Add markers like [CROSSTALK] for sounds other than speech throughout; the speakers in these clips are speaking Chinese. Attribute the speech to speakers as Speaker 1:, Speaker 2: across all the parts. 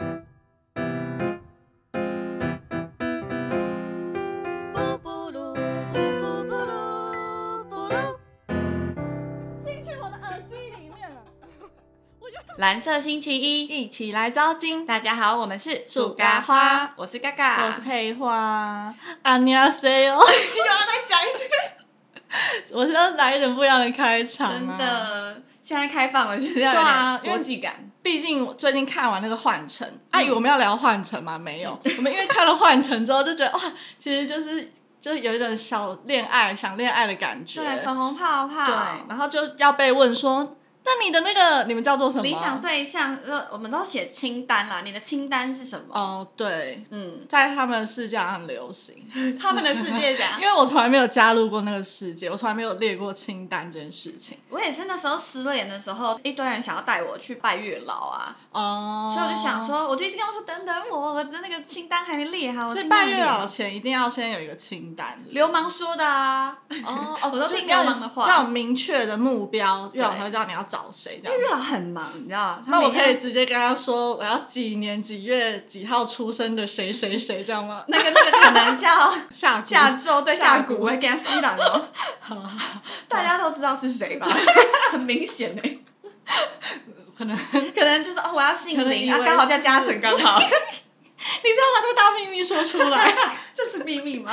Speaker 1: 啊蓝色星期一，
Speaker 2: 一起来招金。
Speaker 1: 大家好，我们是
Speaker 2: 树
Speaker 1: 咖
Speaker 2: 咖
Speaker 1: 花
Speaker 2: 花，
Speaker 1: 我是嘎嘎，
Speaker 2: 我是佩花，阿尼亚 [LAUGHS] 塞哦，
Speaker 1: 又要再讲一次，
Speaker 2: 我是要来一点不一样的开场、啊。
Speaker 1: 真，的，现在开放了，就是要
Speaker 2: 对啊
Speaker 1: 有点
Speaker 2: 因为
Speaker 1: 国际感，
Speaker 2: 毕竟我最近看完那个《幻城》，
Speaker 1: 嗯
Speaker 2: 阿姨，我们要聊《幻城》吗？没有，我们因为看了《幻城》之后就觉得哇，其实就是就是有一种小恋爱、想恋爱的感觉。
Speaker 1: 对，粉红泡泡，
Speaker 2: 对，然后就要被问说，那你的那个你们叫做什么？啊
Speaker 1: 理想对象，呃，我们都写清单啦，你的清单是什么？
Speaker 2: 哦，对，
Speaker 1: 嗯，
Speaker 2: 在他们的世界上很流行，
Speaker 1: 他们的世界讲
Speaker 2: [LAUGHS] 因，为我从来没有加入过那个世界，我从来没有列过清单这件事情。
Speaker 1: 我也是那时候失恋的时候，一堆人想要带我去拜月老啊，
Speaker 2: 哦，
Speaker 1: 所以我就想，说，我就一直跟他们说，等等我，我的那个清单还没列好，我
Speaker 2: 所以
Speaker 1: 清
Speaker 2: 拜
Speaker 1: 单
Speaker 2: 月
Speaker 1: 没列
Speaker 2: 老前一定要先有一个清单。
Speaker 1: 流氓说的啊，哦 [LAUGHS] 哦，我都
Speaker 2: 就是
Speaker 1: 听流
Speaker 2: 要
Speaker 1: 氓的话，
Speaker 2: 要有明确的目标，月老才会知道你要找谁这样
Speaker 1: 因为。月老很忙，你知道吗？
Speaker 2: 那我
Speaker 1: 他每
Speaker 2: 可以
Speaker 1: 天
Speaker 2: 直接跟他说，我要几年几月几号出生的谁谁谁这样吗？
Speaker 1: 那个那个可能叫
Speaker 2: [LAUGHS] 下蛊
Speaker 1: 下咒，对
Speaker 2: 下
Speaker 1: 下蛊，
Speaker 2: 蛊
Speaker 1: 我会给他吸狼
Speaker 2: [LAUGHS]
Speaker 1: 哦。 [LAUGHS] 大家都知道是谁吧？很明显
Speaker 2: 欸
Speaker 1: 哎，
Speaker 2: 可能
Speaker 1: [LAUGHS] 可能就是哦，我要姓
Speaker 2: 可能
Speaker 1: 林
Speaker 2: 以
Speaker 1: 啊，
Speaker 2: 为
Speaker 1: 刚好叫
Speaker 2: 是
Speaker 1: 嘉诚刚好，
Speaker 2: [LAUGHS] 你不要把这个大秘密说出
Speaker 1: [LAUGHS]
Speaker 2: 来。
Speaker 1: 这是秘密吗？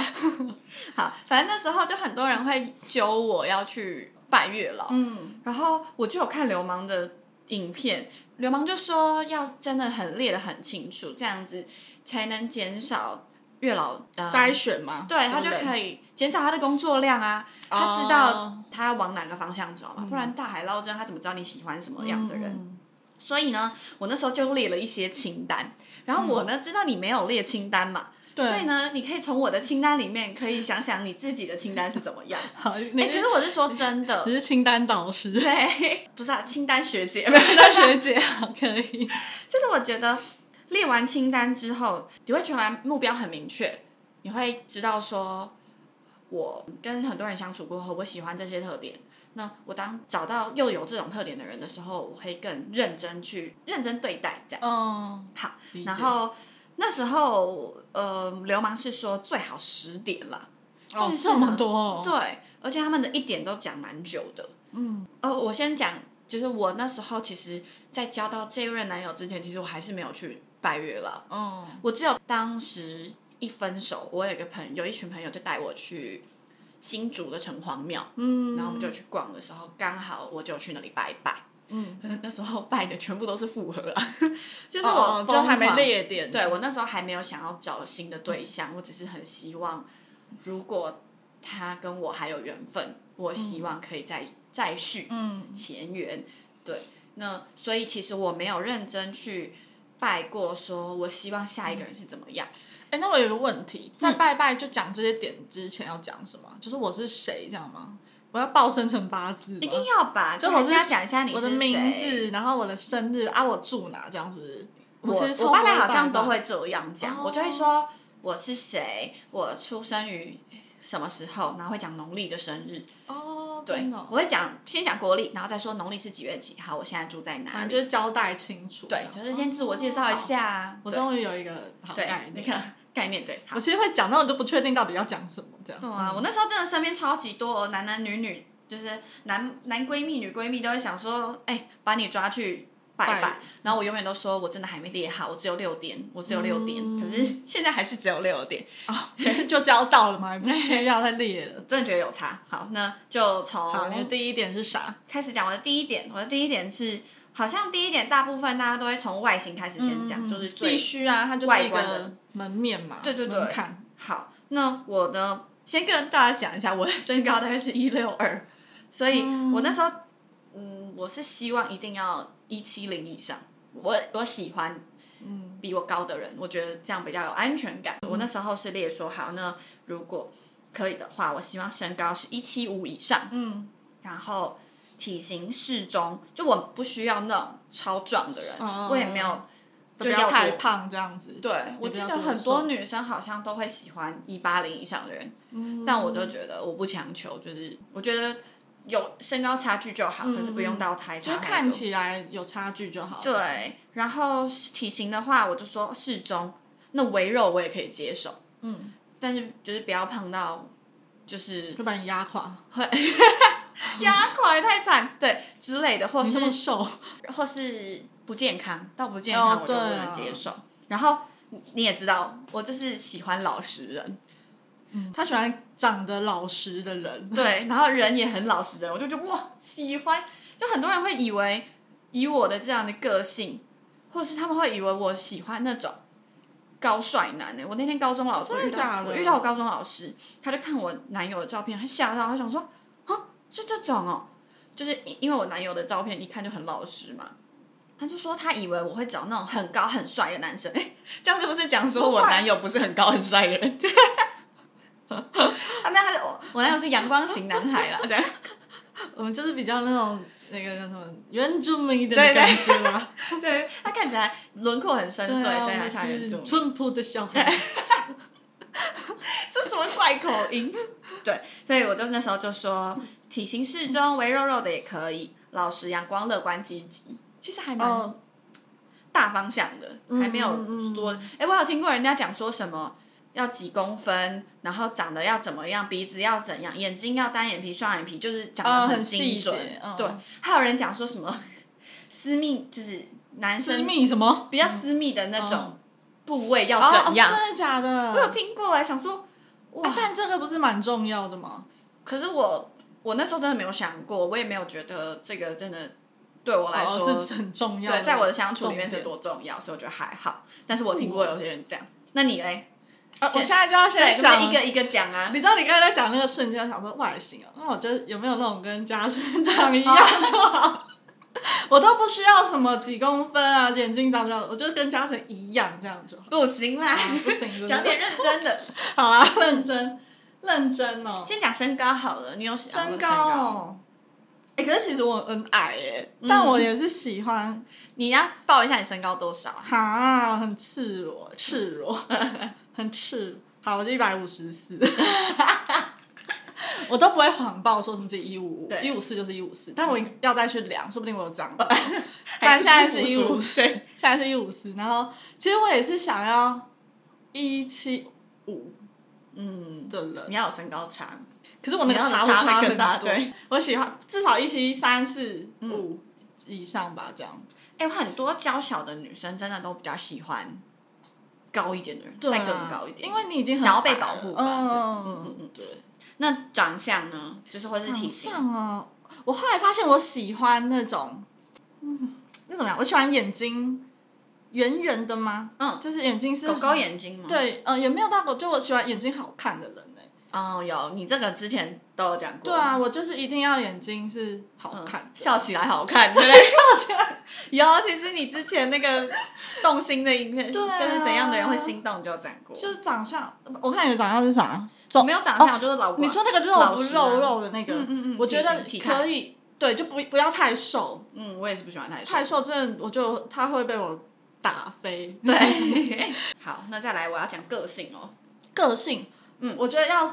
Speaker 1: 好，反正那时候就很多人会揪我要去拜月老，
Speaker 2: 嗯，
Speaker 1: 然后我就有看流氓的影片，流氓就说要真的很列的很清楚，这样子才能减少月老、呃、
Speaker 2: 筛选嘛，
Speaker 1: 对他就
Speaker 2: 不
Speaker 1: 可以减少他的工作量啊，他知道
Speaker 2: 哦
Speaker 1: 他要往哪个方向走嘛，不然大海捞针，他怎么知道你喜欢什么样的人？
Speaker 2: 嗯
Speaker 1: 所以呢，我那时候就列了一些清单，然后我呢知道你没有列清单嘛，所以
Speaker 2: 对，
Speaker 1: 呢，你可以从我的清单里面可以想想你自己的清单是
Speaker 2: [LAUGHS]
Speaker 1: 怎么样。
Speaker 2: 好，你
Speaker 1: 哎、可是我是说
Speaker 2: [LAUGHS]
Speaker 1: 真的
Speaker 2: 你，是清单导师，清
Speaker 1: 对，不是啊，清单
Speaker 2: [LAUGHS]
Speaker 1: 学姐，啊
Speaker 2: 单学姐好，可以。
Speaker 1: 就是我觉得列完清单之后，你会觉得目标很明确，你会知道说，我跟很多人相处过后，我喜欢这些特点。那我当找到又有这种特点的人的时候，我会更认真去认真对待这样。
Speaker 2: 嗯，
Speaker 1: 好
Speaker 2: 理解，
Speaker 1: 然后那时候呃，流氓是说最好十点啦，但
Speaker 2: 哦
Speaker 1: 是，
Speaker 2: 这么
Speaker 1: 呢
Speaker 2: 多哦，
Speaker 1: 对，而且他们的一点都讲蛮久的。
Speaker 2: 嗯，
Speaker 1: 呃，我先讲，就是我那时候其实，在交到这一任男友之前，其实我还是没有去拜月老。
Speaker 2: 哦，
Speaker 1: 我只有当时一分手，我有一个朋友，一群朋友就带我去新竹的城隍庙，
Speaker 2: 嗯，
Speaker 1: 然后我们就去逛的时候，刚好我就去那里拜一拜。
Speaker 2: 嗯，
Speaker 1: [LAUGHS] 那时候拜的全部都是复合啊， [LAUGHS] 就是
Speaker 2: 哦
Speaker 1: 我
Speaker 2: 哦就还没
Speaker 1: 疯狂
Speaker 2: 列点，
Speaker 1: 对我那时候还没有想要找新的对象，我只是很希望，如果他跟我还有缘分，我希望可以再、再续
Speaker 2: 嗯，
Speaker 1: 前缘。对，那所以其实我没有认真去拜过，说我希望下一个人是怎么样。
Speaker 2: 哎、那我有个问题，
Speaker 1: 嗯
Speaker 2: 在拜拜就讲这些点之前要讲什么？就是我是谁这样吗？我要报生辰八字吗，
Speaker 1: 一定要吧，
Speaker 2: 就
Speaker 1: 还
Speaker 2: 我
Speaker 1: 是
Speaker 2: 是
Speaker 1: 要讲一下你是
Speaker 2: 我的
Speaker 1: 谁
Speaker 2: 名。字，然后我的生日啊，我住哪这样是不是？
Speaker 1: 我
Speaker 2: 其实
Speaker 1: 我爸
Speaker 2: 超多
Speaker 1: 爸好像
Speaker 2: 拜
Speaker 1: 都会这样讲，
Speaker 2: 哦
Speaker 1: 我就会说我是谁，我出生于什么时候，然后会讲农历的生日。
Speaker 2: 哦，
Speaker 1: 对，
Speaker 2: 真的哦
Speaker 1: 我会讲先讲国历，然后再说农历是几月几号，我现在住在哪
Speaker 2: 反正
Speaker 1: 里。
Speaker 2: 就是交代清楚。
Speaker 1: 对，就是先自我介绍一下
Speaker 2: 哦
Speaker 1: 啊。
Speaker 2: 我
Speaker 1: 对
Speaker 2: 终于有一个好
Speaker 1: 对
Speaker 2: 概
Speaker 1: 那
Speaker 2: 念。
Speaker 1: 个概念对。好
Speaker 2: 我，其实会讲，但我都不确定到底要讲什么这样。嗯
Speaker 1: 对啊，我那时候真的身边超级多哦男男女女，就是男男闺蜜、女闺蜜都会想说，哎、把你抓去。拜拜
Speaker 2: 拜，
Speaker 1: 然后我永远都说，我真的还没列好，我只有六点，我只有六点，
Speaker 2: 嗯
Speaker 1: 可是 [LAUGHS] 现在还是只有六点，
Speaker 2: 嗯 [LAUGHS] 就交到了
Speaker 1: [LAUGHS]
Speaker 2: 嘛，也不需要再列了。
Speaker 1: 真的觉得有差。好，那就
Speaker 2: 好，你的
Speaker 1: 从
Speaker 2: 第一点是啥？
Speaker 1: 开始讲我的第一点，我的第一点是，好像第一点大部分大家都会从外形开始先讲，就是
Speaker 2: 嗯
Speaker 1: 最
Speaker 2: 必须啊，它就是
Speaker 1: 外
Speaker 2: 一
Speaker 1: 观的
Speaker 2: 个门面嘛，
Speaker 1: 对对对
Speaker 2: 门槛。
Speaker 1: 好，那我呢，先跟大家讲一下，我的身高大概是一六二，所以
Speaker 2: 嗯
Speaker 1: 我那时候，嗯，我是希望一定要一七零以上，我我喜欢。
Speaker 2: 嗯
Speaker 1: 比我高的人，我觉得这样比较有安全感。我那时候是列说好，那如果可以的话，我希望身高是一七五以上，
Speaker 2: 嗯
Speaker 1: 然后体型适中，就我不需要那种超壮的人，
Speaker 2: 哦
Speaker 1: 我也没有
Speaker 2: 就不
Speaker 1: 要
Speaker 2: 要太
Speaker 1: 多
Speaker 2: 胖这样子。
Speaker 1: 对，
Speaker 2: 不
Speaker 1: 我记
Speaker 2: 要
Speaker 1: 得
Speaker 2: 多
Speaker 1: 很多
Speaker 2: 瘦
Speaker 1: 女生好像都会喜欢一八零以上的人，
Speaker 2: 嗯
Speaker 1: 但我就觉得我不强求，就是我觉得有身高差距就好，可是不用到太
Speaker 2: 嗯就
Speaker 1: 差
Speaker 2: 是
Speaker 1: 太多。
Speaker 2: 看起来有差距就好。，
Speaker 1: 对，然后体型的话，我就说适中，那围肉我也可以接受，
Speaker 2: 嗯，
Speaker 1: 但是就是不要胖到
Speaker 2: [LAUGHS]
Speaker 1: 就是
Speaker 2: 会把你压垮。
Speaker 1: 压垮也太惨，对之类的，或
Speaker 2: 你
Speaker 1: 是
Speaker 2: 这么瘦，
Speaker 1: 或是。不健康，到不健康
Speaker 2: 嗯哦
Speaker 1: 我就不
Speaker 2: 对
Speaker 1: 能
Speaker 2: 啊
Speaker 1: 接受。然后你也知道，我就是喜欢老实人，嗯
Speaker 2: 他喜欢长得老实的人， [LAUGHS]
Speaker 1: 对，然后人也很老实的人，我就觉得哇，喜欢。就很多人会以为，以我的这样的个性，或者是他们会以为我喜欢那种高帅男欸呢、我那天高中老师
Speaker 2: 真的
Speaker 1: 遇到
Speaker 2: 假的
Speaker 1: 我遇到我高中老师，他就看我男友的照片，他吓到，他想说啊，是这种哦，就是因因为我男友的照片一看就很老实嘛。他就说他以为我会找那种很高很帅的男生， [LAUGHS] 哎，这样是不是讲说我男友不是很高很帅的人？ [LAUGHS] 啊，那他就我我男友是阳光型男孩啦，这 [LAUGHS] 样。
Speaker 2: 我们就是比较那种那个叫什么原住民的感觉
Speaker 1: [LAUGHS]
Speaker 2: 啦，
Speaker 1: 对，他看起来轮廓很深邃，
Speaker 2: 对啊，
Speaker 1: 所以
Speaker 2: 我
Speaker 1: 他
Speaker 2: 们
Speaker 1: 像原住
Speaker 2: 是
Speaker 1: 民。
Speaker 2: 淳朴的小
Speaker 1: [LAUGHS]
Speaker 2: 孩，
Speaker 1: 这什么怪口音？ [LAUGHS] 对，所以我就是那时候就说，体型适中、微肉肉的也可以，老实、阳光、乐观、积极，其实还蛮
Speaker 2: 哦，嗯
Speaker 1: 大方向的，还没有说。哎、我有听过人家讲说什么。要几公分，然后长得要怎么样，鼻子要怎样，眼睛要单眼皮、双眼皮，就是讲
Speaker 2: 呃
Speaker 1: 的
Speaker 2: 很
Speaker 1: 精
Speaker 2: 细
Speaker 1: 准。
Speaker 2: 节嗯
Speaker 1: 对，还有人讲说什么私密，就是男
Speaker 2: 私
Speaker 1: 生
Speaker 2: 密什么？
Speaker 1: 比较私密的那种
Speaker 2: 嗯
Speaker 1: 部位
Speaker 2: 哦
Speaker 1: 要怎样？
Speaker 2: 真的假的？
Speaker 1: 我有听过哎、想说哇、
Speaker 2: 啊，但这个不是蛮重要的吗？
Speaker 1: 可是我我那时候真的没有想过，我也没有觉得这个真的对我来说、
Speaker 2: 哦是很重要的
Speaker 1: 对，在我的相处里面
Speaker 2: 重
Speaker 1: 是
Speaker 2: 点
Speaker 1: 多重要，所以我觉得还好。但是我听过有些人这样，那你嘞？
Speaker 2: 啊我现在就要先
Speaker 1: 对，我
Speaker 2: 想
Speaker 1: 们一个一个讲啊
Speaker 2: 你。知道你刚才在讲那个瞬间，我想说外形啊，那我觉得有没有那种跟家 [LAUGHS] 长长一样就好， [LAUGHS] 我都不需要什么几公分啊，眼睛长这样，我就跟嘉诚一样这样就
Speaker 1: [LAUGHS]
Speaker 2: 好。
Speaker 1: 不行啦，
Speaker 2: 不行
Speaker 1: 讲点认真的。
Speaker 2: 好啊，认真，认真哦。
Speaker 1: 先讲身高好了，你有想问
Speaker 2: 身
Speaker 1: 身高
Speaker 2: 高哦，哎、可是其实我很矮哎、但我也是喜欢，
Speaker 1: 你要报一下你身高多少啊？
Speaker 2: 哈、很赤裸，赤裸，很赤。好，我就一百五十四， [LAUGHS] 我都不会谎报说什么自己一五五，
Speaker 1: 对
Speaker 2: 一五四就是一五四，但我要再去量，说不定我有长高。 [LAUGHS] 但现在哦是一五
Speaker 1: 155
Speaker 2: 四，现在是一五四，然后其实我也是想要一七五
Speaker 1: 嗯，
Speaker 2: 的人
Speaker 1: 你，要有身高差。
Speaker 2: 可是我那个
Speaker 1: 你要
Speaker 2: 差
Speaker 1: 的
Speaker 2: 会
Speaker 1: 差
Speaker 2: 差
Speaker 1: 会
Speaker 2: 很
Speaker 1: 更大
Speaker 2: 多
Speaker 1: 对，
Speaker 2: 我喜欢至少一七三四五以上吧，这样。
Speaker 1: 哎、很多娇小的女生真的都比较喜欢高一点的人，
Speaker 2: 对
Speaker 1: 再
Speaker 2: 啊
Speaker 1: 更高一点。
Speaker 2: 因为你已经很
Speaker 1: 想要被
Speaker 2: 矮了
Speaker 1: 保护吧
Speaker 2: 嗯
Speaker 1: 对
Speaker 2: 嗯嗯嗯，对。
Speaker 1: 那长相呢，就是或是体型，
Speaker 2: 像啊，我后来发现我喜欢那种，嗯，那怎么样？我喜欢眼睛圆圆的吗？
Speaker 1: 嗯
Speaker 2: 就是眼睛是
Speaker 1: 狗狗眼睛吗？，
Speaker 2: 对，呃，也没有到狗，就我喜欢眼睛好看的人哎、
Speaker 1: 哦，有你这个之前都有讲过。
Speaker 2: 对啊，我就是一定要眼睛是好
Speaker 1: 嗯，
Speaker 2: 看的。
Speaker 1: 笑起来好看，对不对？笑起来有。其实你之前那个动心的影片，
Speaker 2: 对啊
Speaker 1: 就是怎样的人会心动，就有讲过。
Speaker 2: 就是长相，我看你的长相是啥？啊
Speaker 1: 我没有长相，就是老
Speaker 2: 你说那个肉
Speaker 1: 老
Speaker 2: 不
Speaker 1: 实啊
Speaker 2: 肉肉的那个，
Speaker 1: 嗯嗯嗯
Speaker 2: 我觉得
Speaker 1: 体型体态
Speaker 2: 可以，对，就不不要太瘦，
Speaker 1: 嗯，我也是不喜欢太瘦。
Speaker 2: 太瘦真的我就他会被我打飞。
Speaker 1: [LAUGHS] 对，好，那再来我要讲个性哦。
Speaker 2: 个性，嗯，我觉得要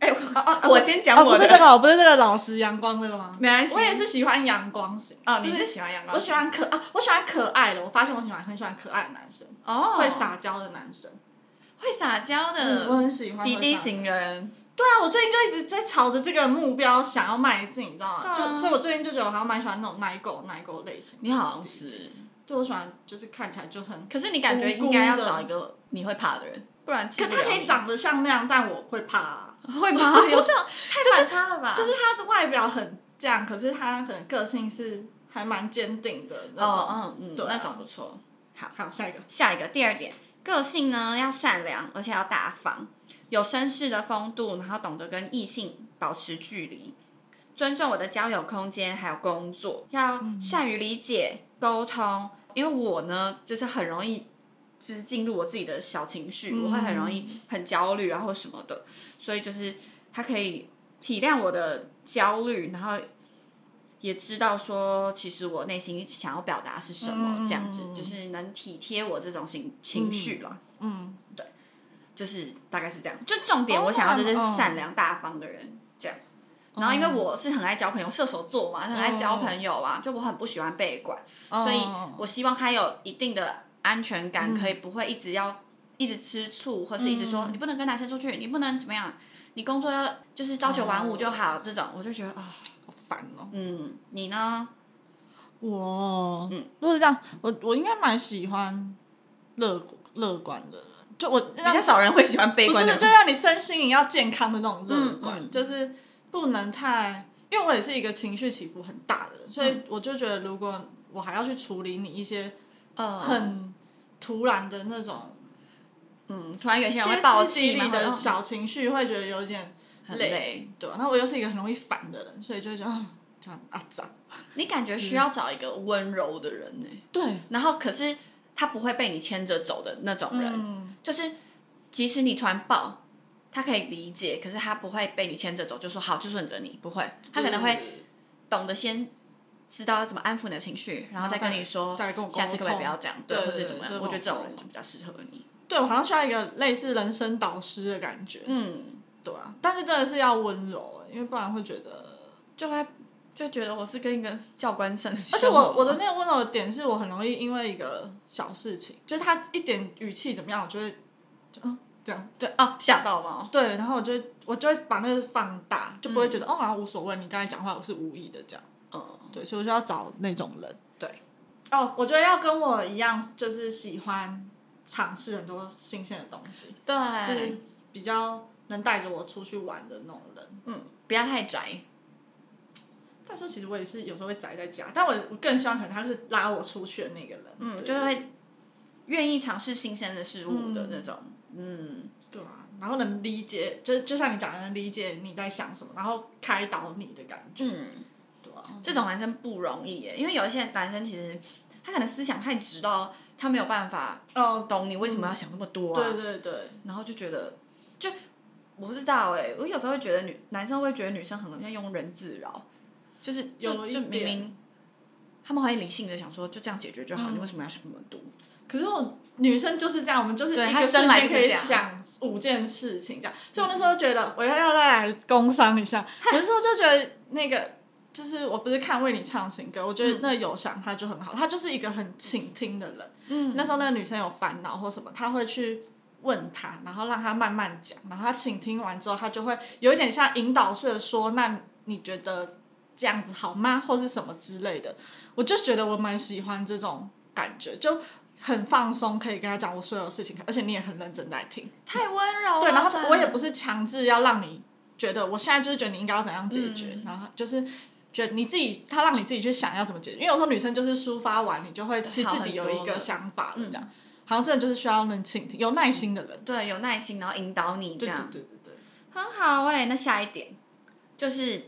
Speaker 1: 哎，我
Speaker 2: 我
Speaker 1: 先
Speaker 2: 啊，不是这个，我不是这个老实阳光这个吗？
Speaker 1: 没关系
Speaker 2: 我也是喜欢阳光型
Speaker 1: 哦，
Speaker 2: 就
Speaker 1: 你是喜欢阳光
Speaker 2: 我？喜欢可啊，我喜欢可爱的，我发现我喜欢很喜欢可爱的男生，
Speaker 1: 哦，
Speaker 2: 会撒娇的男生，
Speaker 1: 会撒娇
Speaker 2: 嗯，我
Speaker 1: 的
Speaker 2: 很喜欢
Speaker 1: 滴滴
Speaker 2: 型。
Speaker 1: 型人，
Speaker 2: 对啊，我最近就一直在朝着这个目标想要迈进，你知道吗？
Speaker 1: 对啊
Speaker 2: 就所以，我最近就觉得我好像蛮喜欢那种奶狗奶狗类型。
Speaker 1: 你好像是。
Speaker 2: 对，我喜欢就是看起来就很，
Speaker 1: 可是你感觉应该要找一个你会怕的人，不然
Speaker 2: 可
Speaker 1: 可
Speaker 2: 他可以长得像那样，但我会怕、啊。
Speaker 1: [LAUGHS] 会吗？有这种太反差了吧？
Speaker 2: 就是他的外表很这样，可是他可能个性是还蛮坚定的那种。
Speaker 1: 哦嗯嗯，
Speaker 2: 对啊
Speaker 1: 那种不错。好，
Speaker 2: 好，下一个，
Speaker 1: 下一个第二点，个性呢要善良，而且要大方，有绅士的风度，然后懂得跟异性保持距离，尊重我的交友空间，还有工作，要善于理解沟通。因为我呢，就是很容易。就是进入我自己的小情绪，
Speaker 2: 嗯
Speaker 1: 我会很容易很焦虑啊，或什么的，所以就是他可以体谅我的焦虑，然后也知道说，其实我内心想要表达是什么，
Speaker 2: 嗯
Speaker 1: 这样子就是能体贴我这种情情绪了，
Speaker 2: 嗯，
Speaker 1: 就是大概是这样。就重点，
Speaker 2: 哦
Speaker 1: 我想要就是
Speaker 2: 那很
Speaker 1: 善良大方的人、这样。然后因为
Speaker 2: 哦
Speaker 1: 我是很爱交朋友，射手座嘛，
Speaker 2: 嗯
Speaker 1: 很爱交朋友啊，就我很不喜欢被管，
Speaker 2: 哦
Speaker 1: 所以我希望他有一定的安全感，
Speaker 2: 嗯
Speaker 1: 可以不会一直要一直吃醋，或是一直说、你不能跟男生出去，你不能怎么样，你工作要就是朝九晚五就好，这种我就觉得啊、
Speaker 2: 好烦哦。
Speaker 1: 哦嗯，你呢？
Speaker 2: 我，嗯，如果是这样，我我应该蛮喜欢乐乐观的人，就我
Speaker 1: 比较少人会喜欢悲
Speaker 2: 不
Speaker 1: 观的
Speaker 2: 是，
Speaker 1: 人
Speaker 2: 就让你身心也要健康的那种乐观，
Speaker 1: 嗯嗯
Speaker 2: 就是不能太，因为我也是一个情绪起伏很大的人，所
Speaker 1: 嗯
Speaker 2: 以我就觉得如果我还要去处理你一些
Speaker 1: 呃，
Speaker 2: 很突然的那种
Speaker 1: 嗯，突然有些人
Speaker 2: 歇
Speaker 1: 会暴
Speaker 2: 斯底
Speaker 1: 气
Speaker 2: 里
Speaker 1: 然
Speaker 2: 的
Speaker 1: 后
Speaker 2: 小情绪，会觉得有点
Speaker 1: 很累。
Speaker 2: 对啊吧、然后我又是一个很容易烦的人，所以就会觉得啊这样啊脏，
Speaker 1: 你感觉需要找一个温柔的人呢、
Speaker 2: 对，
Speaker 1: 然后可是他不会被你牵着走的那种人，
Speaker 2: 嗯，
Speaker 1: 就是即使你突然爆，他可以理解，可是他不会被你牵着走，就说好就顺着你，不会，他可能会懂得先知道要怎么安抚你的情绪，然后再跟你说
Speaker 2: 再来跟我，沟
Speaker 1: 下次可不可以
Speaker 2: 通
Speaker 1: 不要这样，
Speaker 2: 对
Speaker 1: 或
Speaker 2: 对
Speaker 1: 者怎么样
Speaker 2: 对？
Speaker 1: 我觉得这种
Speaker 2: 这
Speaker 1: 人
Speaker 2: 种
Speaker 1: 就比较适合你。
Speaker 2: 对我好像需要一个类似人生导师的感觉，
Speaker 1: 嗯，
Speaker 2: 对啊，但是真的是要温柔、欸因为不然会觉得。
Speaker 1: 就会就觉得我是跟一个教官生，
Speaker 2: 而且我我的那个温柔的点是我很容易因为一个小事情，就是他一点语气怎么样，我就会就嗯这样
Speaker 1: 对哦吓到吗？
Speaker 2: 对，然后我就会我就会把那个放大，就不会觉得、哦好像无所谓，你刚才讲话我是无意的这样，
Speaker 1: 嗯，
Speaker 2: 对，所以我就要找那种人。
Speaker 1: 对，
Speaker 2: 哦，我觉得要跟我一样，就是喜欢尝试很多新鲜的东西，
Speaker 1: 对
Speaker 2: 是，比较能带着我出去玩的那种人。
Speaker 1: 嗯，不要太宅，
Speaker 2: 但是其实我也是有时候会宅在家，但我我更希望可能他是拉我出去的那个人，
Speaker 1: 嗯，
Speaker 2: 对
Speaker 1: 就是会愿意尝试新鲜的事物的那种，嗯，
Speaker 2: 对啊，然后能理解，就就像你讲的，能理解你在想什么，然后开导你的感觉，
Speaker 1: 嗯。
Speaker 2: 对啊，
Speaker 1: 这种男生不容易耶，因为有一些男生其实他可能思想太直到他没有办法
Speaker 2: 哦，
Speaker 1: 懂你为什么要想那么多啊，
Speaker 2: 对对对，
Speaker 1: 然后就觉得就我不知道哎，我有时候会觉得女男生会觉得女生很容易用人自扰，就是
Speaker 2: 有
Speaker 1: 就
Speaker 2: 一
Speaker 1: 就明
Speaker 2: 点
Speaker 1: 明他们很理性的想说就这样解决就好，
Speaker 2: 嗯
Speaker 1: 你为什么要想那么多？
Speaker 2: 可是我女生就是这样，我们就是一
Speaker 1: 对她
Speaker 2: 个
Speaker 1: 生
Speaker 2: 瞬
Speaker 1: 来
Speaker 2: 间
Speaker 1: 就
Speaker 2: 可
Speaker 1: 是
Speaker 2: 以
Speaker 1: 这样嗯
Speaker 2: 想五件事情这样，所以我那时候觉得我要要再来工商一
Speaker 1: [LAUGHS]
Speaker 2: 下，有时候就觉得那个就是我不是看为你唱情歌，我觉得那个有想她就很好，她就是一个很倾听的人。
Speaker 1: 嗯，
Speaker 2: 那时候那个女生有烦恼或什么，她会去。问她，然后让她慢慢讲，然后她倾听完之后，她就会有一点像引导式的说：“那你觉得这样子好吗？或是什么之类的。我就觉得我蛮喜欢这种感觉，就很放松，可以跟他讲我所有事情，而且你也很认真在听。
Speaker 1: 太温柔了吧，
Speaker 2: 对，然后我也不是强制要让你觉得，我现在就是觉得你应该要怎样解决，
Speaker 1: 嗯
Speaker 2: 然后就是。觉得你自己，他让你自己去想要怎么解决，因为有时候女生就是抒发完，你就会其实自己有一个想法
Speaker 1: 嗯
Speaker 2: 了，这样，好像真的就是需要能倾听、有耐心的人，
Speaker 1: 对有耐心，然后引导嗯你
Speaker 2: 对
Speaker 1: 这
Speaker 2: 对
Speaker 1: 样，
Speaker 2: 对对对。
Speaker 1: 很好哎、那下一点就是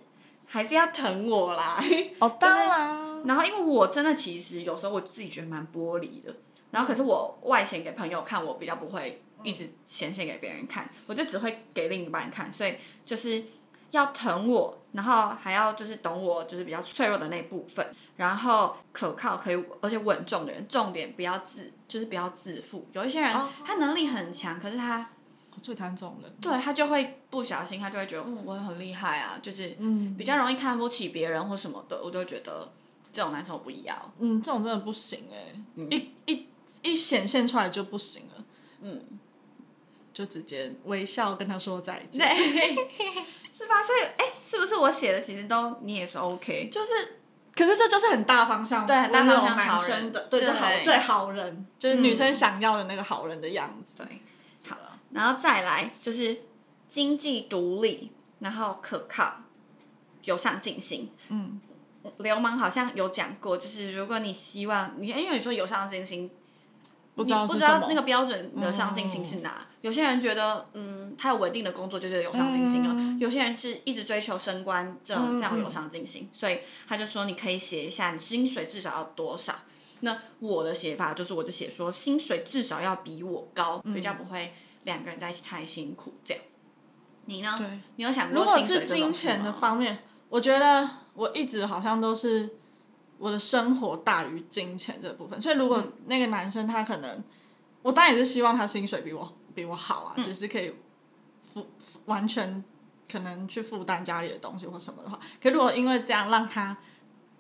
Speaker 1: 还是要疼我啦。 [LAUGHS]
Speaker 2: 哦，当然，
Speaker 1: 然后因为我真的其实有时候我自己觉得蛮玻璃的，然后可是我外显给朋友看，我比较不会一直显现给别人看，我就只会给另一半看，所以就是要疼我，然后还要就是懂我就是比较脆弱的那一部分，然后可靠可以而且稳重的人，重点不要自就是不要自负。有一些人
Speaker 2: 哦
Speaker 1: 他能力很强，可是他
Speaker 2: 我最讨厌这种人。
Speaker 1: 对他就会不小心，他就会觉得嗯我很厉害啊，就是
Speaker 2: 嗯
Speaker 1: 比较容易看不起别人或什么的，我就觉得这种男生我不要。
Speaker 2: 嗯，这种真的不行哎、一一一显现出来就不行了。
Speaker 1: 嗯，
Speaker 2: 就直接微笑跟他说再见。
Speaker 1: 对， [LAUGHS] 是吧？所以，哎、是不是我写的其实都你也是 OK？
Speaker 2: 就是，可是这就是很大方向，
Speaker 1: 对很大方向
Speaker 2: 温柔男生的，对
Speaker 1: 好人
Speaker 2: 就好
Speaker 1: 对
Speaker 2: 对好人，嗯就是女生想要的那个好人的样子。
Speaker 1: 对，好，然后再来就是经济独立，然后可靠，有上进心。
Speaker 2: 嗯，
Speaker 1: 流氓好像有讲过，就是如果你希望你，因为你说有上进心，
Speaker 2: 不知
Speaker 1: 你
Speaker 2: 道
Speaker 1: 不
Speaker 2: 是
Speaker 1: 知
Speaker 2: 什
Speaker 1: 道
Speaker 2: 么嗯
Speaker 1: 那个标准的上进心是哪？有些人觉得，嗯，他有稳定的工作就觉得有上进心了；
Speaker 2: 嗯
Speaker 1: 有些人是一直追求升官，这种
Speaker 2: 嗯
Speaker 1: 这样有上进心。所以他就说，你可以写一下你薪水至少要多少。那我的写法就是，我就写说薪水至少要比我高，比
Speaker 2: 嗯
Speaker 1: 较不会两个人在一起太辛苦。这样，你呢？
Speaker 2: 对，
Speaker 1: 你有想过
Speaker 2: 如果
Speaker 1: 薪水
Speaker 2: 是
Speaker 1: 这种
Speaker 2: 金
Speaker 1: 事
Speaker 2: 钱的
Speaker 1: 吗
Speaker 2: 方面，我觉得我一直好像都是我的生活大于金钱这部分，所以如果
Speaker 1: 嗯
Speaker 2: 那个男生他可能，我当然也是希望他薪水比我比我好
Speaker 1: 嗯
Speaker 2: 啊，只是可以负负完全可能去负担家里的东西或什么的话，可如果因为这样让他。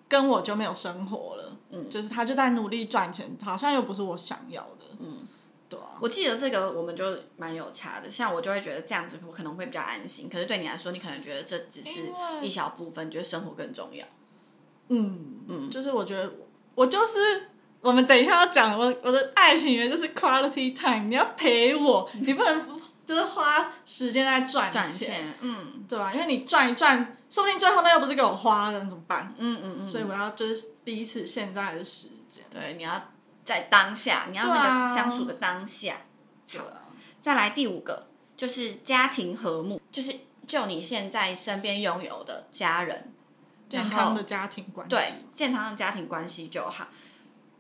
Speaker 2: 跟我就没有生活了，嗯，就是他就在努力赚钱，好像又不是我想要的，嗯，对啊，
Speaker 1: 我记得这个我们就蛮有差的，像我就会觉得这样子我可能会比较安心，可是对你来说，你可能觉得这只是
Speaker 2: 因为
Speaker 1: 一小部分，觉得生活更重要。
Speaker 2: 嗯，嗯，就是我觉得我就是我们等一下要讲我我的爱情原就是 quality time，你要陪我，你不能就是花时间在赚
Speaker 1: 赚钱，嗯
Speaker 2: 对啊吧？因为你赚一赚，说不定最后那又不是给我花的，那怎么办？
Speaker 1: 嗯嗯嗯，
Speaker 2: 所以我要就是第一次现在的时间，
Speaker 1: 对，你要在当下，你要
Speaker 2: 对
Speaker 1: 那
Speaker 2: 啊
Speaker 1: 个相处的当下。
Speaker 2: 对啊，
Speaker 1: 再来第五个就是家庭和睦，就是就你现在身边拥有的家人，
Speaker 2: 健
Speaker 1: 然后
Speaker 2: 康的家庭关系，
Speaker 1: 对健康的家庭关系就好。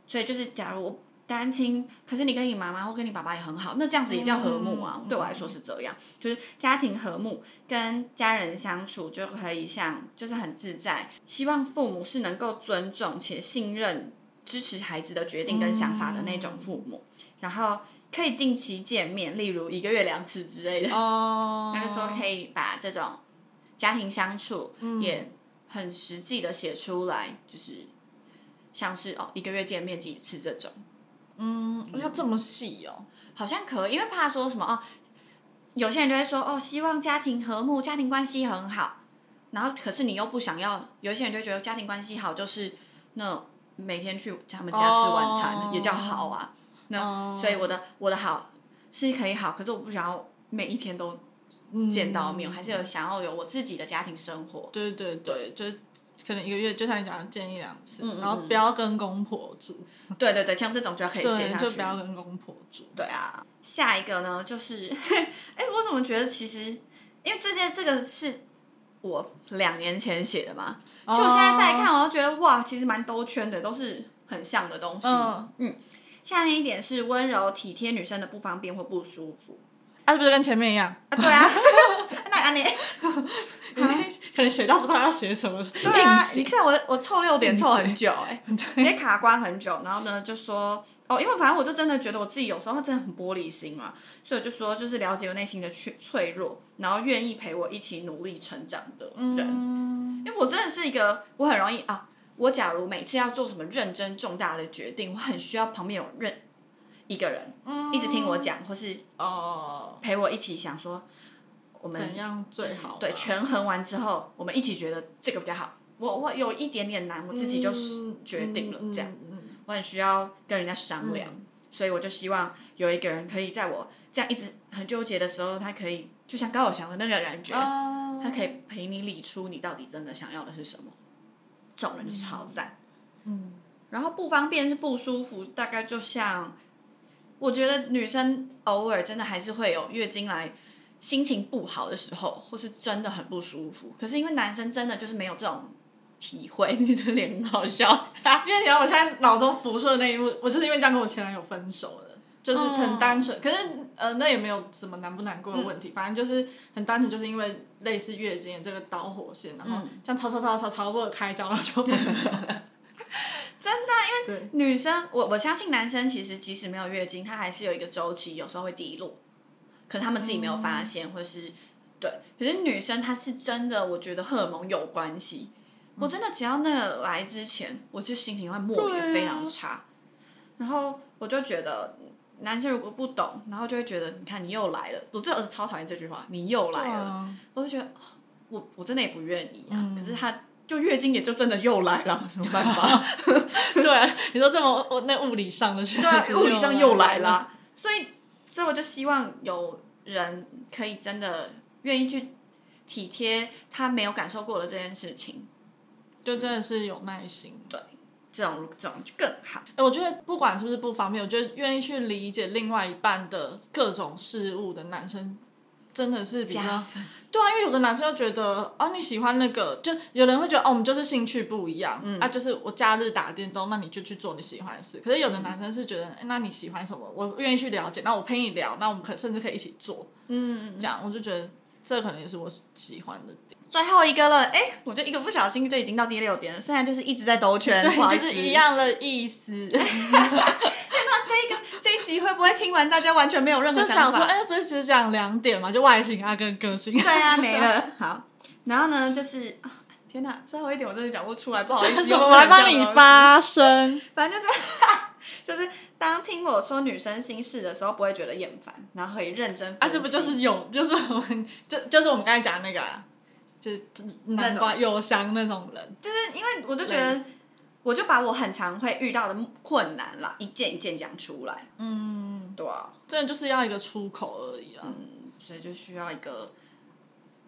Speaker 1: 所以就是，假如我单亲，可是你跟你妈妈或跟你爸爸也很好，那这样子也叫和睦啊。
Speaker 2: 嗯
Speaker 1: 对我来说是这样，就是家庭和睦，跟家人相处就可以像就是很自在。希望父母是能够尊重且信任、支持孩子的决定跟想法的那种父母，然后可以定期见面，例如一个月两次之类的。
Speaker 2: 哦，
Speaker 1: 他就说可以把这种家庭相处
Speaker 2: 嗯
Speaker 1: 也很实际的写出来，就是像是哦一个月见面几次这种，
Speaker 2: 嗯，要这么细哦，
Speaker 1: 好像可以，因为怕说什么哦，有些人就会说哦希望家庭和睦，家庭关系很好，然后可是你又不想要，有一些人就觉得家庭关系好就是那每天去他们家吃晚餐、
Speaker 2: 哦
Speaker 1: 也叫好啊，那、
Speaker 2: 哦
Speaker 1: 所以我的我的好是可以好，可是我不想要每一天都见到
Speaker 2: 嗯
Speaker 1: 面，我还是有想要有我自己的家庭生活。
Speaker 2: 对对对，就是可能一个月，就像你讲的，见一两次，
Speaker 1: 嗯嗯
Speaker 2: 然后不要跟公婆住，
Speaker 1: 对对对，像这种就可以写
Speaker 2: 对，
Speaker 1: 下
Speaker 2: 就
Speaker 1: 去
Speaker 2: 不。要跟公婆住。
Speaker 1: 对啊，下一个呢就是，哎，我怎么觉得其实，因为这些这个是我两年前写的嘛，所
Speaker 2: 哦
Speaker 1: 以我现在再看，我就觉得哇，其实蛮兜圈的，都是很像的东西。
Speaker 2: 嗯
Speaker 1: 嗯，下面一点是温柔体贴女生的不方便或不
Speaker 2: [LAUGHS]
Speaker 1: 舒服。
Speaker 2: 啊，是不是跟前面一样？
Speaker 1: 啊，对啊， [LAUGHS] 那安妮，
Speaker 2: 可能写到不知道要写什么，
Speaker 1: 对啊
Speaker 2: 硬，
Speaker 1: 你
Speaker 2: 写。
Speaker 1: 看我我凑六点凑很久哎、直接卡关很久，然后呢就说哦，因为反正我就真的觉得我自己有时候真的很玻璃心嘛，所以我就说就是了解我内心的脆脆弱，然后愿意陪我一起努力成长的人，
Speaker 2: 嗯，
Speaker 1: 因为我真的是一个我很容易啊，我假如每次要做什么认真重大的决定，我很需要旁边有认一个人一直听我讲，或是
Speaker 2: 哦，
Speaker 1: 陪我一起想说我们
Speaker 2: 怎样最好？啊
Speaker 1: 对，权衡完之后，我们一起觉得这个比较好。我我有一点点难，我自己就是
Speaker 2: 嗯
Speaker 1: 决定了，这样、。
Speaker 2: 嗯嗯
Speaker 1: 我很需要跟人家商量，
Speaker 2: 嗯
Speaker 1: 所以我就希望有一个人可以在我这样一直很纠结的时候，他可以就像高晓翔的那个感觉，
Speaker 2: 嗯
Speaker 1: 他可以陪你理出你到底真的想要的是什么。这种人就是好赞。
Speaker 2: 嗯，
Speaker 1: 然后不方便是不舒服，大概就像我觉得女生偶尔真的还是会有月经来心情不好的时候，或是真的很不舒服。可是因为男生真的就是没有这种体会，你的脸很好笑。
Speaker 2: 因为你知道我现在脑中浮出的那一幕，我就是因为这样跟我前男友分手的，就是
Speaker 1: 哦
Speaker 2: 很单纯。可是呃，那也没有什么难不难过的
Speaker 1: 嗯
Speaker 2: 问题，反正就是很单纯，就是因为类似月经的这个导火线，然后
Speaker 1: 嗯
Speaker 2: 这样吵吵吵吵吵，为了开交，然后
Speaker 1: [LAUGHS]
Speaker 2: 就分手。真的，因为
Speaker 1: 女生，我我相信男生其实即使没有月经，他还是有一个周期，有时候会低落，可他们自己没有发
Speaker 2: 嗯
Speaker 1: 现，或是对。可是女生她是真的，我觉得荷尔蒙有关系。我真的只要那个来之前，我就心情会莫名
Speaker 2: 对啊
Speaker 1: 非常差，
Speaker 2: 啊
Speaker 1: 然后我就觉得。男生如果不懂，然后就会觉得，你看你又来了，我真的超讨厌这句话，你又来
Speaker 2: 对
Speaker 1: 了，
Speaker 2: 啊嗯
Speaker 1: 我就觉得哦我我真的也不愿意啊，可是他就月经也就真的又来了，有什么办法？
Speaker 2: [LAUGHS] 对啊，你说这么我那物理上的确
Speaker 1: [LAUGHS] 对啊
Speaker 2: 实，
Speaker 1: 物理上又来
Speaker 2: 了。
Speaker 1: 啦。所以，所以我就希望有人可以真的愿意去体贴他没有感受过的这件事情，
Speaker 2: 就真的是有耐心。对，
Speaker 1: 这种这种就更好。
Speaker 2: 哎，我觉得不管是不是不方便，我觉得愿意去理解另外一半的各种事物的男生，真的是比较
Speaker 1: 加分
Speaker 2: 对啊，因为有的男生就觉得啊，你喜欢那个，就有人会觉得哦，我们就是兴趣不一样，
Speaker 1: 嗯
Speaker 2: 啊，就是我假日打电动，那你就去做你喜欢的事。可是
Speaker 1: 嗯
Speaker 2: 有的男生是觉得，哎那你喜欢什么，我愿意去了解，那我陪你聊，那我们可甚至可以一起做，
Speaker 1: 嗯，
Speaker 2: 这样我就觉得这可能也是我喜欢的点。
Speaker 1: 最后一个了，哎、我就一个不小心就已经到第六点了，虽然就是一直在兜圈，不好意
Speaker 2: 对，就
Speaker 1: 思
Speaker 2: 是一。样的意思，
Speaker 1: 这个这一集会不会听完大家完全没有任何
Speaker 2: 就想
Speaker 1: 法？
Speaker 2: 说，哎、不是只讲两点嘛，就外形啊跟个性，
Speaker 1: [LAUGHS] 对啊，
Speaker 2: 就这
Speaker 1: 没
Speaker 2: 样。
Speaker 1: [LAUGHS] 了。好，然后呢，就是啊天哪，最后一点我真的讲不出来，不好意 [LAUGHS] 思，
Speaker 2: 我来帮你发
Speaker 1: [LAUGHS]
Speaker 2: 声，
Speaker 1: 反正就是就是当听我说女生心事的时候，不会觉得厌烦，然后可以认真分析。
Speaker 2: 啊，这不就是有，就是我们，就就是我们刚才讲的那个、啊，就是南瓜有香那种人，
Speaker 1: 就是因为我就觉得我就把我很常会遇到的困难啦，一件一件讲出来。
Speaker 2: 嗯，
Speaker 1: 对啊，
Speaker 2: 真的就是要一个出口而已啊。
Speaker 1: 嗯，所以就需要一个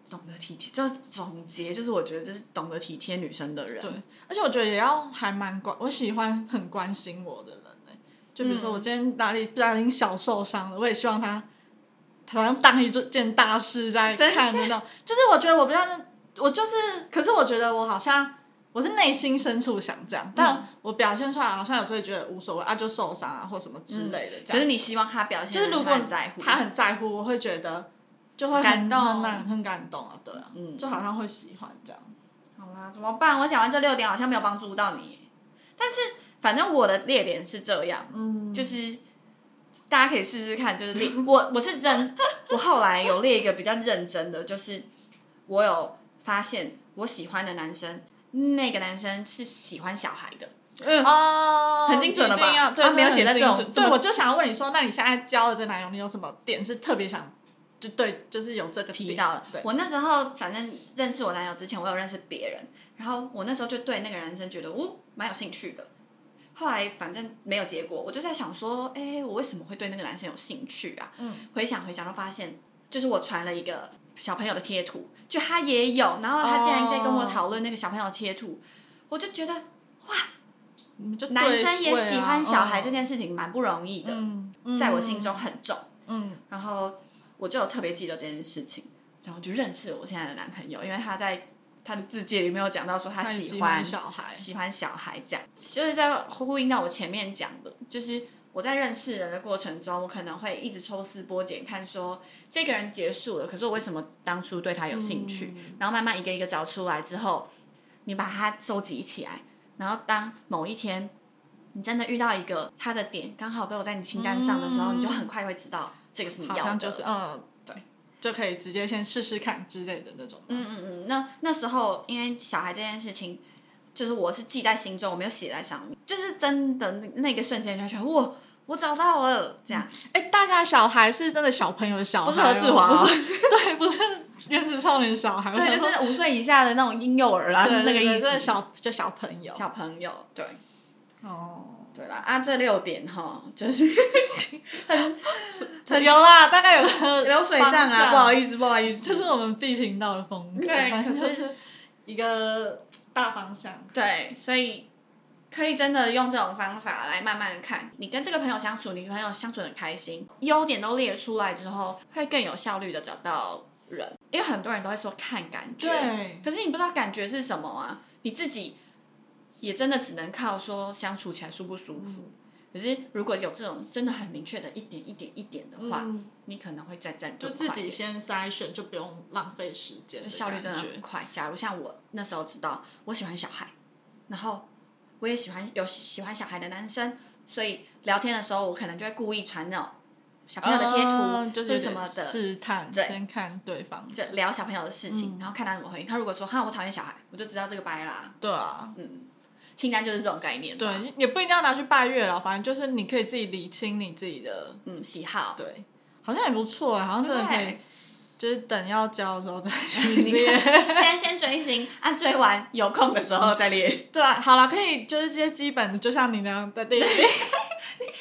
Speaker 1: 懂得体贴，就是总结，就是我觉得就是懂得体贴女生的人。
Speaker 2: 对，而且我觉得也要还蛮关，我喜欢很关心我的人、欸、就比如
Speaker 1: 嗯
Speaker 2: 说我今天哪里不小心小受伤了，我也希望他，好像当一件大事在
Speaker 1: 真的
Speaker 2: 看得到。就是我觉得我比较，我就是，可是我觉得我好像我是内心深处想这样，
Speaker 1: 嗯
Speaker 2: 但我表现出来好像有时候也觉得无所谓啊，就受伤啊或什么之类的这
Speaker 1: 可
Speaker 2: 样。
Speaker 1: 是你希望嗯他表现，
Speaker 2: 就是如果
Speaker 1: 很在乎，
Speaker 2: 他很在乎，我会觉得就会很
Speaker 1: 感动
Speaker 2: 很感很感动啊，对啊，
Speaker 1: 嗯
Speaker 2: 就好像会喜欢这样。
Speaker 1: 好啦，怎么办？我讲完这六点好像没有帮助到你，但是反正我的列点是这样，
Speaker 2: 嗯，
Speaker 1: 就是大家可以试试看，就是列 [LAUGHS] 我我是真，我后来有列一个比较认真的，就是我有发现我喜欢的男生，那个男生是喜欢小孩的，嗯，
Speaker 2: 哦，
Speaker 1: 很精准了吧
Speaker 2: 一定要对，
Speaker 1: 啊没有
Speaker 2: 真的
Speaker 1: 写在
Speaker 2: 很
Speaker 1: 这种
Speaker 2: 精准
Speaker 1: 这么
Speaker 2: 对，我就想要问你说，那你现在交了这男友，你有什么点是特别想，就对，就是有这个
Speaker 1: 提
Speaker 2: 点
Speaker 1: 到了
Speaker 2: 对，
Speaker 1: 我那时候反正认识我男友之前，我有认识别人，然后我那时候就对那个男生觉得哦蛮有兴趣的。后来反正没有结果，我就在想说，哎、我为什么会对那个男生有兴趣啊？
Speaker 2: 嗯，
Speaker 1: 回想回想，就发现就是我传了一个小朋友的贴图，就他也有，然后他竟然在跟我
Speaker 2: 哦
Speaker 1: 讨论那个小朋友的贴图，我就觉得
Speaker 2: 你们就对
Speaker 1: 男生也
Speaker 2: 位啊
Speaker 1: 喜欢小孩
Speaker 2: 嗯
Speaker 1: 这件事情蛮不容易的，
Speaker 2: 嗯，嗯
Speaker 1: 在我心，中很重。
Speaker 2: 嗯，
Speaker 1: 然后我就有特别记得这件事情，然后就认识我现在的男朋友，因为他在他的字界里面有讲到说他
Speaker 2: 他也
Speaker 1: 喜
Speaker 2: 欢
Speaker 1: 欢
Speaker 2: 小孩，
Speaker 1: 喜欢小孩这样，就是在呼应到我前面讲的，就是我在认识人的过程中，我可能会一直抽丝剥茧，看说这个人结束了，可是我为什么当初对他有兴趣？
Speaker 2: 嗯
Speaker 1: 然后慢慢一个一个找出来之后，你把它收集起来，然后当某一天你真的遇到一个他的点刚好都有在你清单上的时候，
Speaker 2: 嗯
Speaker 1: 你就很快会知道这个是你要
Speaker 2: 好
Speaker 1: 的，
Speaker 2: 像就是嗯，
Speaker 1: 对，
Speaker 2: 就可以直接先试试看之类的那种。
Speaker 1: 嗯嗯嗯，那那时候因为小孩这件事情，就是我是记在心中，我没有写在上面，就是真的那那个瞬间就觉得哇，我找到了，这样
Speaker 2: 哎，大家小孩是真的小朋友的小孩哦，
Speaker 1: 不是何世华哦
Speaker 2: 不是对，不是原子少年小孩，我想啊
Speaker 1: 对，就
Speaker 2: 说
Speaker 1: 是五岁以下的那种婴幼儿啦，
Speaker 2: 对
Speaker 1: 是那个
Speaker 2: 对对
Speaker 1: 意
Speaker 2: 真的
Speaker 1: 思。
Speaker 2: 小就小朋友
Speaker 1: 小朋友，对
Speaker 2: 哦。
Speaker 1: 对啦，啊，这六点哈，就是
Speaker 2: 有啦，大概有个
Speaker 1: [LAUGHS] 流水账
Speaker 2: 方向
Speaker 1: 啊，不好意思，不好意思，
Speaker 2: 这是我们 B 频道的风格，
Speaker 1: 对
Speaker 2: 反正
Speaker 1: 可
Speaker 2: 就是是一个大方向。
Speaker 1: 对，所以可以真的用这种方法来慢慢看，你跟这个朋友相处，你跟朋友相处得很开心，优点都列出来之后，会更有效率的找到人，因为很多人都会说看感觉，
Speaker 2: 对，
Speaker 1: 可是你不知道感觉是什么啊，你自己也真的只能靠说相处起来舒不舒服。
Speaker 2: 嗯
Speaker 1: 可是如果有这种真的很明确的一点一点一点的话，
Speaker 2: 嗯，
Speaker 1: 你可能会再战
Speaker 2: 就
Speaker 1: 更
Speaker 2: 自
Speaker 1: 快
Speaker 2: 己
Speaker 1: 一点
Speaker 2: 先筛选，就不用浪费时间的感觉，
Speaker 1: 效率真的很快。假如像我那时候知道我喜欢小孩，然后我也喜欢有喜欢小孩的男生，所以聊天的时候我可能就会故意传那种小朋友的贴图、
Speaker 2: 嗯就是
Speaker 1: 或
Speaker 2: 有
Speaker 1: 什
Speaker 2: 点
Speaker 1: 么的，
Speaker 2: 试探，
Speaker 1: 对
Speaker 2: 先看对方。
Speaker 1: 就聊小朋友的事情，
Speaker 2: 嗯
Speaker 1: 然后看他怎么回应。他如果说哈我讨厌小孩，我就知道这个掰啦。
Speaker 2: 对啊，
Speaker 1: 嗯，清单就是这种概念。，
Speaker 2: 对，也不一定要拿去拜月老，反正就是你可以自己理清你自己的，
Speaker 1: 嗯，喜好。
Speaker 2: 对，好像也不错哎，好像真的可以
Speaker 1: 对，
Speaker 2: 就是等要交的时候再去
Speaker 1: [LAUGHS] 你
Speaker 2: 列。
Speaker 1: 看，现在先
Speaker 2: [LAUGHS]
Speaker 1: 追星，啊，追完有空的时候再列。
Speaker 2: 对啊，好了，可以就是这些基本的，就像你那样的列。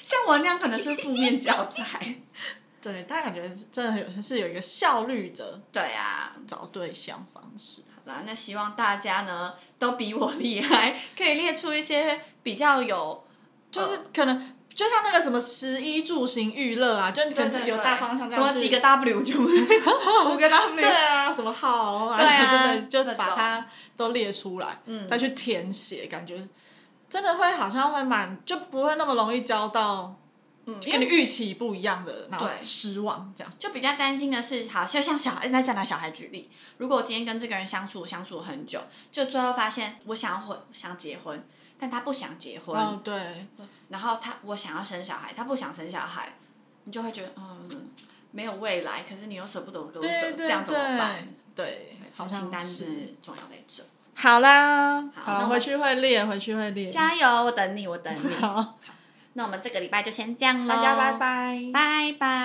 Speaker 1: 像我那样可能是负面教材。
Speaker 2: [LAUGHS] 对，但感觉是真的有是有一个效率的
Speaker 1: 对啊，
Speaker 2: 找对象方式。
Speaker 1: 好啦，那希望大家呢都比我厉害，可以列出一些比较有，
Speaker 2: 就是
Speaker 1: 嗯
Speaker 2: 可能就像那个什么食衣住行娱乐啊，就你可能有大方向这
Speaker 1: 什
Speaker 2: 样
Speaker 1: 么
Speaker 2: 去
Speaker 1: 几个 W 就 [LAUGHS] 五个 W，
Speaker 2: 对啊，什么好啊，
Speaker 1: 对啊
Speaker 2: [LAUGHS] 对对，就是
Speaker 1: 这
Speaker 2: 把
Speaker 1: 种
Speaker 2: 它都列出来，
Speaker 1: 嗯
Speaker 2: 再去填写，感觉真的会好像会蛮就不会那么容易交到
Speaker 1: 嗯，因
Speaker 2: 跟你
Speaker 1: 为
Speaker 2: 预期不一样的，然后
Speaker 1: 对
Speaker 2: 失望这样。
Speaker 1: 就比较担心的是，好，就像小孩，那再拿小孩举例，如果我今天跟这个人相处相处很久，就最后发现我想要婚，想结婚，但他不想结婚，
Speaker 2: 嗯，对，
Speaker 1: 然后他我想要生小孩，他不想生小孩，你就会觉得嗯没有未来，可是你又舍不得割舍，
Speaker 2: 对
Speaker 1: 这
Speaker 2: 对
Speaker 1: 样怎么
Speaker 2: 对
Speaker 1: 办？，
Speaker 2: 对，好
Speaker 1: 清
Speaker 2: 像
Speaker 1: 单
Speaker 2: 是。
Speaker 1: 是重要在这，
Speaker 2: 好啦，好
Speaker 1: 好那
Speaker 2: 啦，
Speaker 1: 我
Speaker 2: 回去会列，回去会列。
Speaker 1: 加油，我等你，我等你。 [LAUGHS]
Speaker 2: 好，
Speaker 1: 那我们这个礼拜就先这样喽，
Speaker 2: 大家拜，拜。
Speaker 1: 拜拜。